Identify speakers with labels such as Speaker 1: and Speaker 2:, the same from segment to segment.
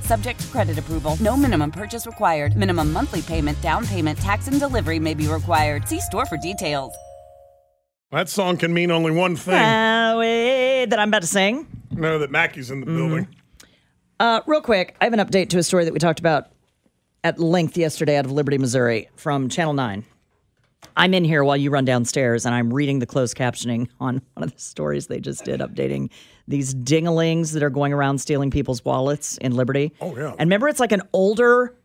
Speaker 1: Subject to credit approval, no minimum purchase required. Minimum monthly payment, down payment, tax, and delivery may be required. See store for details.
Speaker 2: That song can mean only one thing.
Speaker 3: Uh, wait, that I'm about to sing.
Speaker 2: No, that Mackey's
Speaker 3: Mm-hmm.
Speaker 2: in the building.
Speaker 3: Uh, real quick, I have an update to a story that we talked about at length yesterday out of Liberty, Missouri from Channel 9. I'm in here while you run downstairs and I'm reading the closed captioning on one of the stories they just did, updating these dinglings that are going around stealing people's wallets in Liberty.
Speaker 2: Oh, yeah.
Speaker 3: And remember, it's like an older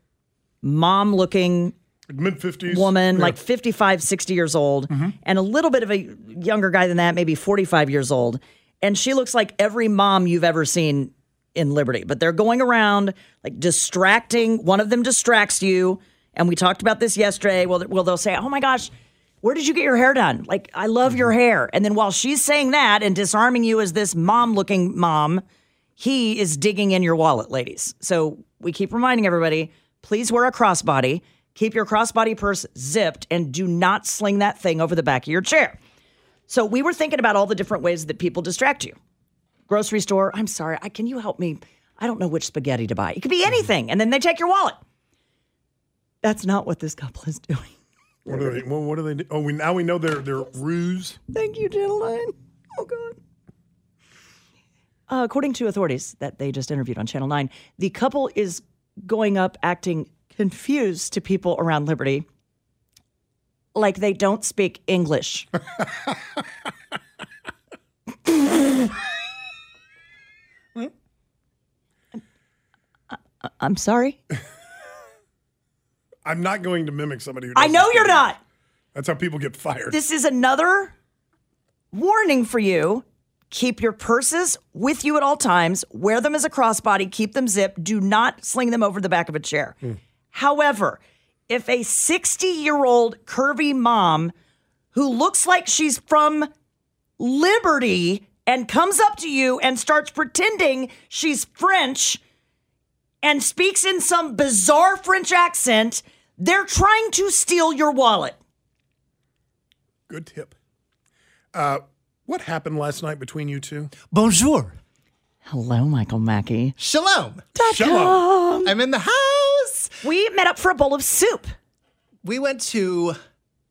Speaker 3: mom looking
Speaker 2: Mid 50s.
Speaker 3: woman,
Speaker 2: Yeah.
Speaker 3: like 55, 60 years old, and a little bit of a younger guy than that, maybe 45 years old. And she looks like every mom you've ever seen in Liberty. But they're going around like distracting. One of them distracts you. And we talked about this yesterday. Well, th- well they'll say, oh my gosh, where did you get your hair done? Like, I love your hair. And then while she's saying that and disarming you as this mom looking mom, he is digging in your wallet, ladies. So we keep reminding everybody please wear a crossbody, keep your crossbody purse zipped, and do not sling that thing over the back of your chair. So we were thinking about all the different ways that people distract you. Grocery store, I'm sorry, I, can you help me? I don't know which spaghetti to buy. It could be anything. And then they take your wallet. That's not what this couple is doing.
Speaker 2: What do they? Well, what do they? Do? Oh, we now we know their their ruse.
Speaker 3: Thank you, gentlemen. Oh, God. Uh, according to authorities that they just interviewed on Channel 9, the couple is going up acting confused to people around Liberty like they don't speak English. I- I'm sorry.
Speaker 2: I'm not going to mimic somebody who.
Speaker 3: I
Speaker 2: doesn't
Speaker 3: know
Speaker 2: speak
Speaker 3: you're
Speaker 2: English.
Speaker 3: not.
Speaker 2: That's how people get fired.
Speaker 3: This is another warning for you. Keep your purses with you at all times. Wear them as a crossbody. Keep them zipped. Do not sling them over the back of a chair. However, if a 60 year old curvy mom who looks like she's from Liberty and comes up to you and starts pretending she's French and speaks in some bizarre French accent, they're trying to steal your wallet.
Speaker 2: Good tip. Uh, what happened last night between you two?
Speaker 4: Bonjour.
Speaker 3: Hello, Michael Mackey.
Speaker 4: Shalom.
Speaker 2: Shalom.
Speaker 4: I'm in the house.
Speaker 3: We met up for a bowl of soup,
Speaker 4: We went to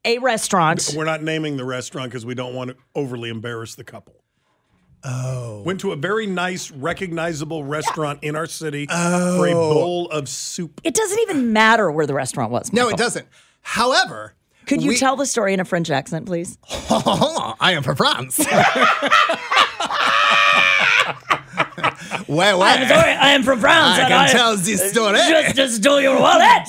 Speaker 3: a restaurant.
Speaker 2: We're not naming the restaurant because we don't want to overly embarrass the couple. Oh. Went to a very nice, recognizable restaurant in our city for a bowl of soup.
Speaker 3: It doesn't even matter where the restaurant was.
Speaker 4: No,
Speaker 3: Michael.
Speaker 4: it doesn't. However,
Speaker 3: Could you
Speaker 4: we-
Speaker 3: tell the story in a French accent, please?
Speaker 4: I am from France. Where, where?
Speaker 3: I am from France.
Speaker 4: I can tell this story.
Speaker 3: just stole your wallet.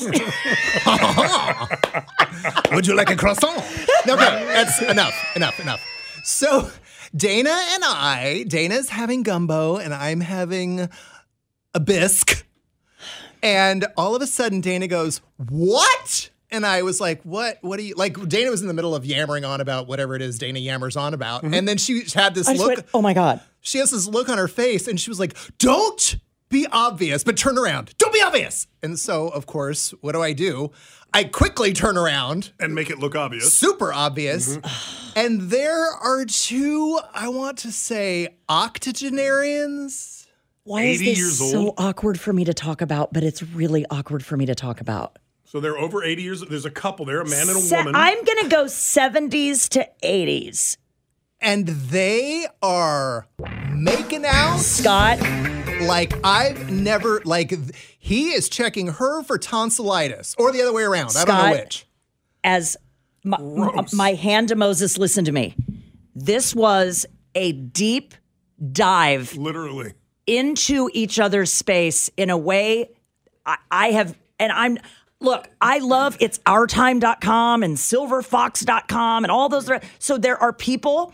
Speaker 4: Would you like a croissant? No, no, that's enough, enough, enough. So, Dana and I, Dana's having gumbo and I'm having a bisque. And all of a sudden, Dana goes, What? And I was like, What? What are you like? Dana was in the middle of yammering on about whatever it is Dana yammers on about. And then she had this
Speaker 3: I just
Speaker 4: look
Speaker 3: went, oh my God.
Speaker 4: she has this look on her face and she was like, Don't be obvious, but turn around. Don't be obvious. And so, of course, what do I do? I quickly turn around,
Speaker 2: And make it look obvious.
Speaker 4: super obvious.
Speaker 3: Mm-hmm.
Speaker 4: And there are two, I want to say, octogenarians.
Speaker 3: Why
Speaker 2: 80
Speaker 3: is
Speaker 2: years
Speaker 3: this so
Speaker 2: old?
Speaker 3: awkward for me to talk about, but it's really awkward for me to talk about?
Speaker 2: So they're over 80 years. There's a couple there, a man and a
Speaker 3: Se-
Speaker 2: woman.
Speaker 3: I'm going to go 70s to 80s.
Speaker 4: And they are making out
Speaker 3: Scott,
Speaker 4: like I've never, like, th- he is checking her for tonsillitis or the other way around. I don't know
Speaker 3: Scott.
Speaker 4: which.
Speaker 3: as my, m- my hand to Moses, listen to me. This was a deep dive
Speaker 2: Literally.
Speaker 3: into each other's space in a way I, I have, and I'm, look, I love it's ourtime.com and silverfox.com and all those. So there are people,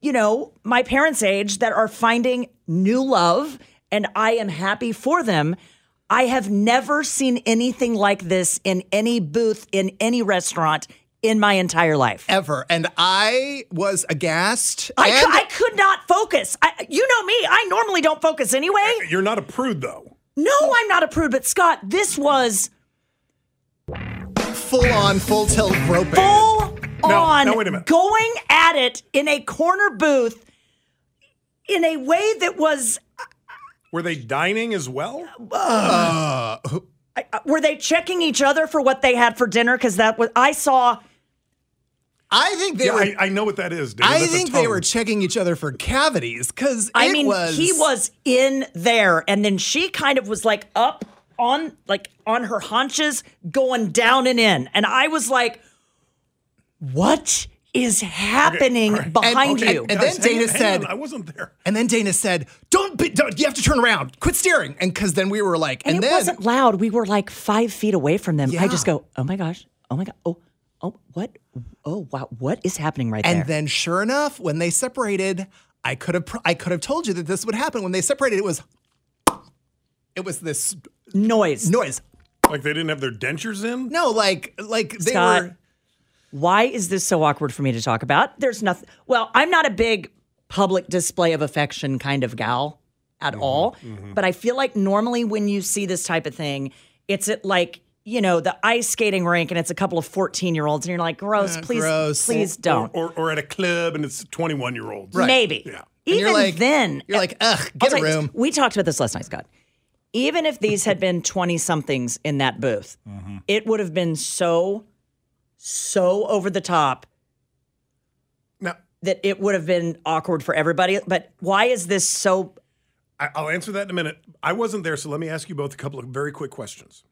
Speaker 3: you know, my parents' age that are finding new love, and I am happy for them. I have never seen anything like this in any booth, in any restaurant in my entire life.
Speaker 4: ever. And I was aghast.
Speaker 3: I,
Speaker 4: and
Speaker 3: cou- I could not focus. I, you know me. I normally don't focus anyway.
Speaker 2: You're not a prude, though.
Speaker 3: No, I'm not a prude, but Scott, this was
Speaker 4: full on, full tilt groping.
Speaker 3: full on
Speaker 2: now wait a minute.
Speaker 3: going at it in a corner booth in a way that was.
Speaker 2: Were they dining as well?
Speaker 3: uh, Were they checking each other for what they had for dinner? Because that was I saw.
Speaker 4: I think they
Speaker 2: Yeah,
Speaker 4: were.
Speaker 2: I, I know what that is, Dana.
Speaker 4: I
Speaker 2: That's a
Speaker 4: think they
Speaker 2: tongue.
Speaker 4: were checking each other for cavities because
Speaker 3: I
Speaker 4: it
Speaker 3: mean,
Speaker 4: was,
Speaker 3: he was in there, and then she kind of was like up on like on her haunches, going down and in, and I was like, "What is happening behind
Speaker 4: okay,
Speaker 3: you?"
Speaker 4: and- then
Speaker 2: hang on,
Speaker 4: Dana
Speaker 2: hang
Speaker 4: said-
Speaker 2: on, "I wasn't there."
Speaker 4: And then Dana said, "Don't be. Don't, you have to turn around. Quit staring." And because then we were like, and,
Speaker 3: And it
Speaker 4: then
Speaker 3: wasn't loud. We were like five feet away from them. I just
Speaker 4: Yeah.
Speaker 3: go, "Oh my gosh! Oh my god! Oh, oh, what? Oh wow! What is happening right
Speaker 4: and
Speaker 3: there?"
Speaker 4: then sure enough, when they separated, I could have pr- I could have told you that this would happen. When they separated, it was it was this
Speaker 3: Noise.
Speaker 4: noise.
Speaker 2: Like they didn't have their dentures in.
Speaker 4: No, like like they
Speaker 3: Scott,
Speaker 4: were.
Speaker 3: Why is this so awkward for me to talk about? There's nothing. Well, I'm not a big public display of affection kind of gal at
Speaker 4: Mm-hmm.
Speaker 3: all, but I feel like normally when you see this type of thing, it's at like, you know, the ice skating rink and it's a couple of 14 year olds and you're like, gross, please,
Speaker 4: gross.
Speaker 3: please don't.
Speaker 2: Or, or at a club, and it's 21 year olds.
Speaker 3: Maybe.
Speaker 2: Yeah.
Speaker 4: And
Speaker 3: Even
Speaker 4: you're like,
Speaker 3: then,
Speaker 4: you're like, ugh,
Speaker 3: I'll tell
Speaker 4: get a
Speaker 3: you,
Speaker 4: room.
Speaker 3: we talked about this last night, Scott. Even if these had been 20 somethings in that booth,
Speaker 2: Mm-hmm.
Speaker 3: it would have been so, so over the top
Speaker 2: Now,
Speaker 3: that it would have been awkward for everybody. But why is this so?
Speaker 2: I, I'll answer that in a minute. I wasn't there, so let me ask you both a couple of very quick questions.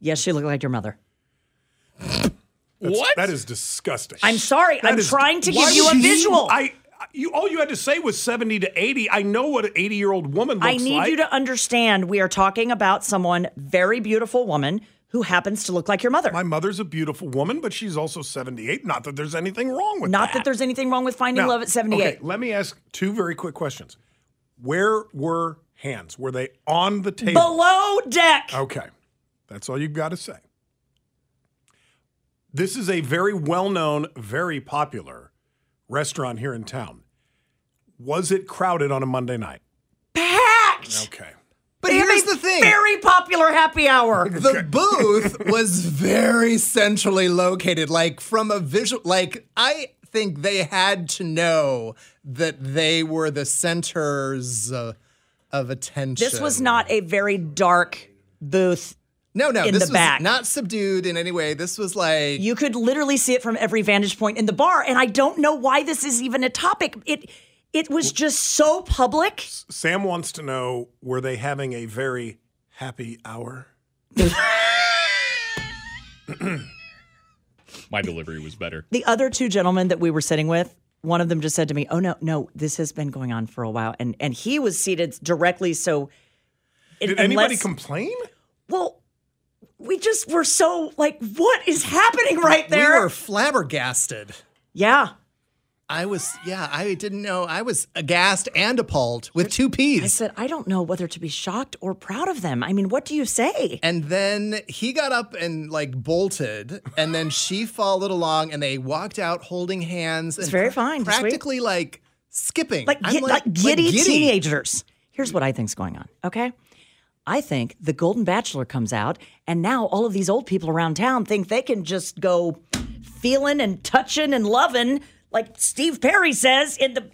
Speaker 3: Yes, she looked like your mother.
Speaker 2: That's, what? That is disgusting.
Speaker 3: I'm sorry.
Speaker 2: That
Speaker 3: I'm
Speaker 2: is-
Speaker 3: trying to
Speaker 2: Why
Speaker 3: give you a
Speaker 2: would
Speaker 3: visual. I,
Speaker 2: I, I- you all you had to say was 70 to 80. I know what an 80 year old woman looks
Speaker 3: need
Speaker 2: like.
Speaker 3: you to understand we are talking about someone, very beautiful woman, who happens to look like your mother.
Speaker 2: My mother's a beautiful woman, but she's also 78. Not that there's anything wrong with
Speaker 3: Not that there's anything wrong with finding
Speaker 2: Now,
Speaker 3: love at 78.
Speaker 2: Okay, let me ask two very quick questions. Where were hands? Were they on the table?
Speaker 3: Below deck.
Speaker 4: Oh.
Speaker 2: Okay. That's all you've got to say. This is a very well known, very popular restaurant here in town. Was it crowded on a Monday night?
Speaker 3: Packed.
Speaker 2: Okay.
Speaker 4: But
Speaker 3: They have
Speaker 4: here's
Speaker 3: a
Speaker 4: the thing.
Speaker 3: Very popular happy hour.
Speaker 4: the booth was very centrally located like from a visual like i think they had to know that they were the centers uh, of attention
Speaker 3: This was not a very dark booth.
Speaker 4: no no
Speaker 3: in
Speaker 4: this
Speaker 3: the
Speaker 4: was
Speaker 3: back.
Speaker 4: not subdued in any way this was like
Speaker 3: You could literally see it from every vantage point in the bar, and I don't know why this is even a topic. It it was just so public.
Speaker 2: Sam wants to know were they having a very happy hour?
Speaker 5: My delivery was better.
Speaker 3: The other two gentlemen that we were sitting with, one of them just said to me, "Oh no, no, this has been going on for a while," and and he was seated directly. So, it-
Speaker 2: Did anybody
Speaker 3: unless-
Speaker 2: complain?
Speaker 3: Well, we just were so like, what is happening right
Speaker 4: we
Speaker 3: there?
Speaker 4: were flabbergasted
Speaker 3: yeah,
Speaker 4: i was yeah i didn't know i was aghast and appalled with two
Speaker 3: I
Speaker 4: p's
Speaker 3: said, I don't know whether to be shocked or proud of them. I mean, what do you say?
Speaker 4: And then he got up and like bolted, and then she followed along, and they walked out holding hands. It's
Speaker 3: very fine, just wait.
Speaker 4: Practically like skipping,
Speaker 3: like,
Speaker 4: I'm
Speaker 3: gi- like, giddy teenagers. Here's what I think's going on. Okay, I think the Golden Bachelor comes out, and now all of these old people around town think they can just go feeling and touching and loving, like Steve Perry says in the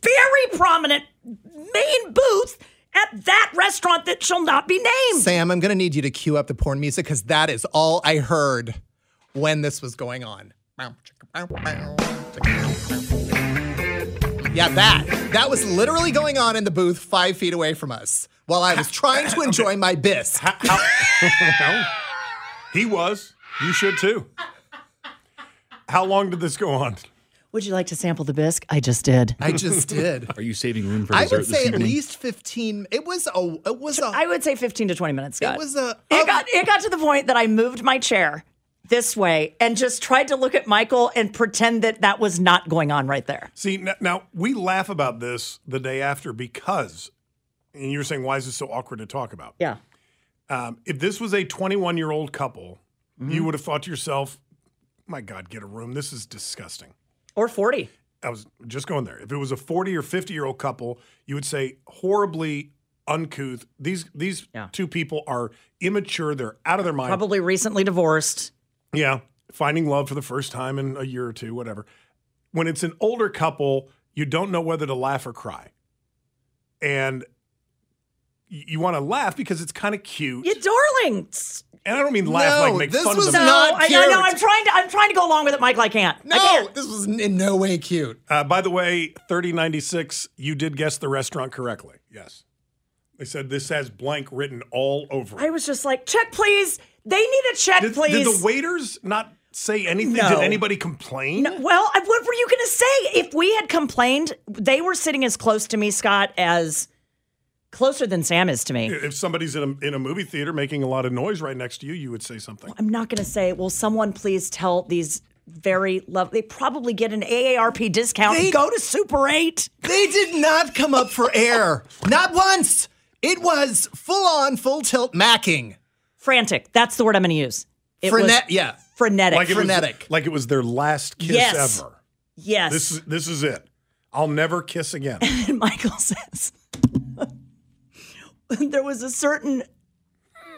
Speaker 3: very prominent main booth at that restaurant that shall not be named.
Speaker 4: Sam, I'm gonna need you to cue up the porn music because that is all I heard when this was going on. Yeah, that that was literally going on in the booth five feet away from us while I was trying to enjoy my bisque.
Speaker 2: He was. You should too. How long did this go on?
Speaker 3: Would you like to sample the bisque? I just did.
Speaker 4: I just did.
Speaker 5: Are you saving room for
Speaker 4: I
Speaker 5: dessert
Speaker 4: would
Speaker 5: this
Speaker 4: say at
Speaker 5: evening?
Speaker 4: least 15. It was a, it was a,
Speaker 3: I would say 15 to 20 minutes, Scott.
Speaker 4: it was a, oh,
Speaker 3: It got it got to the point that I moved my chair this way and just tried to look at Michael and pretend that that was not going on right there.
Speaker 2: See, now, now we laugh about this the day after because, and you're saying, why is this so awkward to talk about?
Speaker 3: Yeah.
Speaker 2: Um, if this was a 21 year old couple,
Speaker 3: Mm-hmm.
Speaker 2: you would have thought to yourself, my God, get a room. This is disgusting.
Speaker 3: Or 40.
Speaker 2: I was just going there. If it was a 40 or 50 year old couple, you would say horribly uncouth. These these
Speaker 3: Yeah.
Speaker 2: two people are immature. They're out of their mind.
Speaker 3: Probably recently divorced.
Speaker 2: Yeah, finding love for the first time in a year or two, whatever. When it's an older couple, you don't know whether to laugh or cry. And y- you want to laugh because it's kind of cute.
Speaker 3: You darling. S-
Speaker 2: and I don't mean laugh like
Speaker 4: No,
Speaker 2: make
Speaker 4: this
Speaker 2: fun
Speaker 4: was
Speaker 2: of
Speaker 3: No,
Speaker 2: them.
Speaker 4: Not
Speaker 3: I, I know.
Speaker 4: cute.
Speaker 3: I'm trying to I'm trying to go along with it, Michael. I can't. I
Speaker 4: no,
Speaker 3: can't.
Speaker 4: this was n- in no way cute.
Speaker 2: Uh, by the way, 3096, you did guess the restaurant correctly. Yes. They said this has blank written all over it.
Speaker 3: I was just like, check please. They need a check,
Speaker 2: Did,
Speaker 3: please.
Speaker 2: did the waiters not say anything?
Speaker 3: No.
Speaker 2: Did anybody complain?
Speaker 3: No, well, I- what were you going to say? If we had complained, they were sitting as close to me, Scott, as closer than Sam is to me.
Speaker 2: If somebody's in a, in a movie theater making a lot of noise right next to you, you would say something.
Speaker 3: I'm not going to say, will someone please tell these very lovely, they probably get an AARP discount and
Speaker 4: They-
Speaker 3: go to Super 8.
Speaker 4: They did not come up for air. Not once. It was full on, full tilt macking.
Speaker 3: Frantic. That's the word I'm going to use. It was
Speaker 4: Frenet, yeah.
Speaker 3: frenetic.
Speaker 2: it was-
Speaker 4: frenetic.
Speaker 2: like it was their last kiss
Speaker 3: Yes.
Speaker 2: ever.
Speaker 3: yes.
Speaker 2: This is this is it. I'll never kiss again.
Speaker 3: and Michael says there was a certain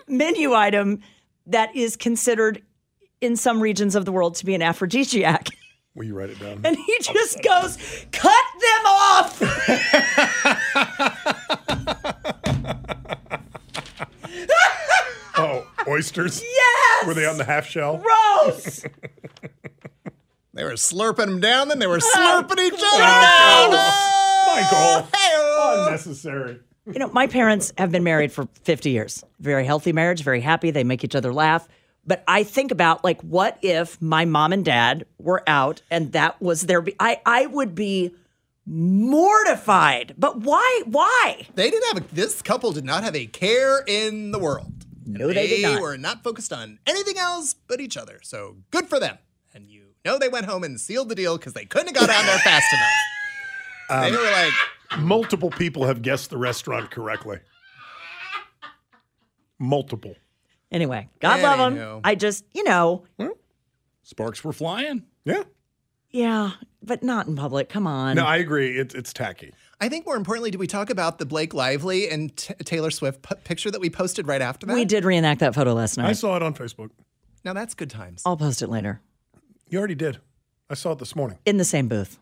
Speaker 3: menu item that is considered in some regions of the world to be an aphrodisiac.
Speaker 2: Will you write it down?
Speaker 3: And he just goes, cut them off.
Speaker 2: oh, oysters.
Speaker 3: Yes.
Speaker 2: Were they on the half shell?
Speaker 3: Gross.
Speaker 4: They were slurping them down, then they were
Speaker 3: Ah.
Speaker 4: slurping each other down. Ah.
Speaker 2: Michael.
Speaker 4: Hey-oh.
Speaker 2: Unnecessary.
Speaker 3: You know, my parents have been married for 50 years. Very healthy marriage, very happy. They make each other laugh. But I think about like, what if my mom and dad were out and that was their? Be- I I would be mortified. But why? Why?
Speaker 4: They didn't have a, this couple did not have a care in the world. No,
Speaker 3: they did not.
Speaker 4: were not focused on anything else but each other. So good for them. And you know they went home and sealed the deal because they couldn't have got down there fast enough.
Speaker 3: Um,
Speaker 4: they were like,
Speaker 2: Multiple people have guessed the restaurant correctly. Multiple.
Speaker 3: Anyway, God love 'em. love them.
Speaker 4: Anywho.
Speaker 3: I just, you know,
Speaker 5: Sparks were flying.
Speaker 2: Yeah.
Speaker 3: yeah, but not in public. Come on.
Speaker 2: No, I agree. It's it's tacky.
Speaker 4: I think more importantly, did we talk about the Blake Lively and T- Taylor Swift p- picture that we posted right after that?
Speaker 3: we did reenact that photo last night.
Speaker 2: I saw it on Facebook.
Speaker 4: Now that's good times.
Speaker 3: I'll post it later
Speaker 2: You already did. I saw it this morning.
Speaker 3: in the same booth.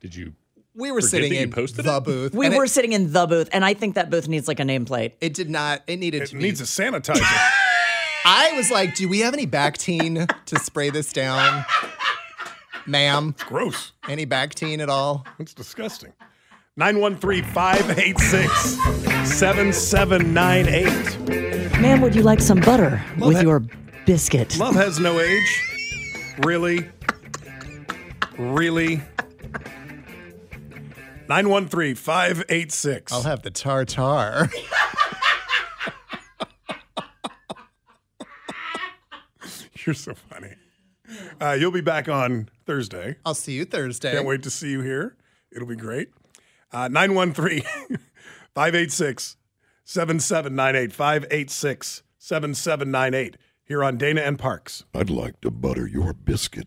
Speaker 5: Did you?
Speaker 4: We were
Speaker 5: Forget
Speaker 4: sitting
Speaker 5: that you
Speaker 4: in
Speaker 5: posted
Speaker 4: the
Speaker 5: it?
Speaker 4: booth.
Speaker 3: We
Speaker 4: and
Speaker 3: were
Speaker 4: It,
Speaker 3: sitting in the booth, and I think that booth needs like a nameplate.
Speaker 4: it did not. It needed
Speaker 2: It
Speaker 4: to
Speaker 2: needs
Speaker 4: be.
Speaker 2: a sanitizer.
Speaker 4: I was like, do we have any Bactine to spray this down, ma'am?
Speaker 2: Gross.
Speaker 4: Any Bactine at all?
Speaker 2: That's disgusting. 913-586-7798.
Speaker 3: Ma'am, would you like some butter with
Speaker 2: that-
Speaker 3: your biscuit?
Speaker 2: Love has no age. Really? Really? 913-586.
Speaker 4: I'll have the tartar.
Speaker 2: You're so funny. Uh, you'll be back on Thursday.
Speaker 4: I'll see you Thursday.
Speaker 2: Can't wait to see you here. It'll be great. Uh, 913 586 7798. 586 7798. Here on Dana and Parks.
Speaker 6: I'd like to butter your biscuit.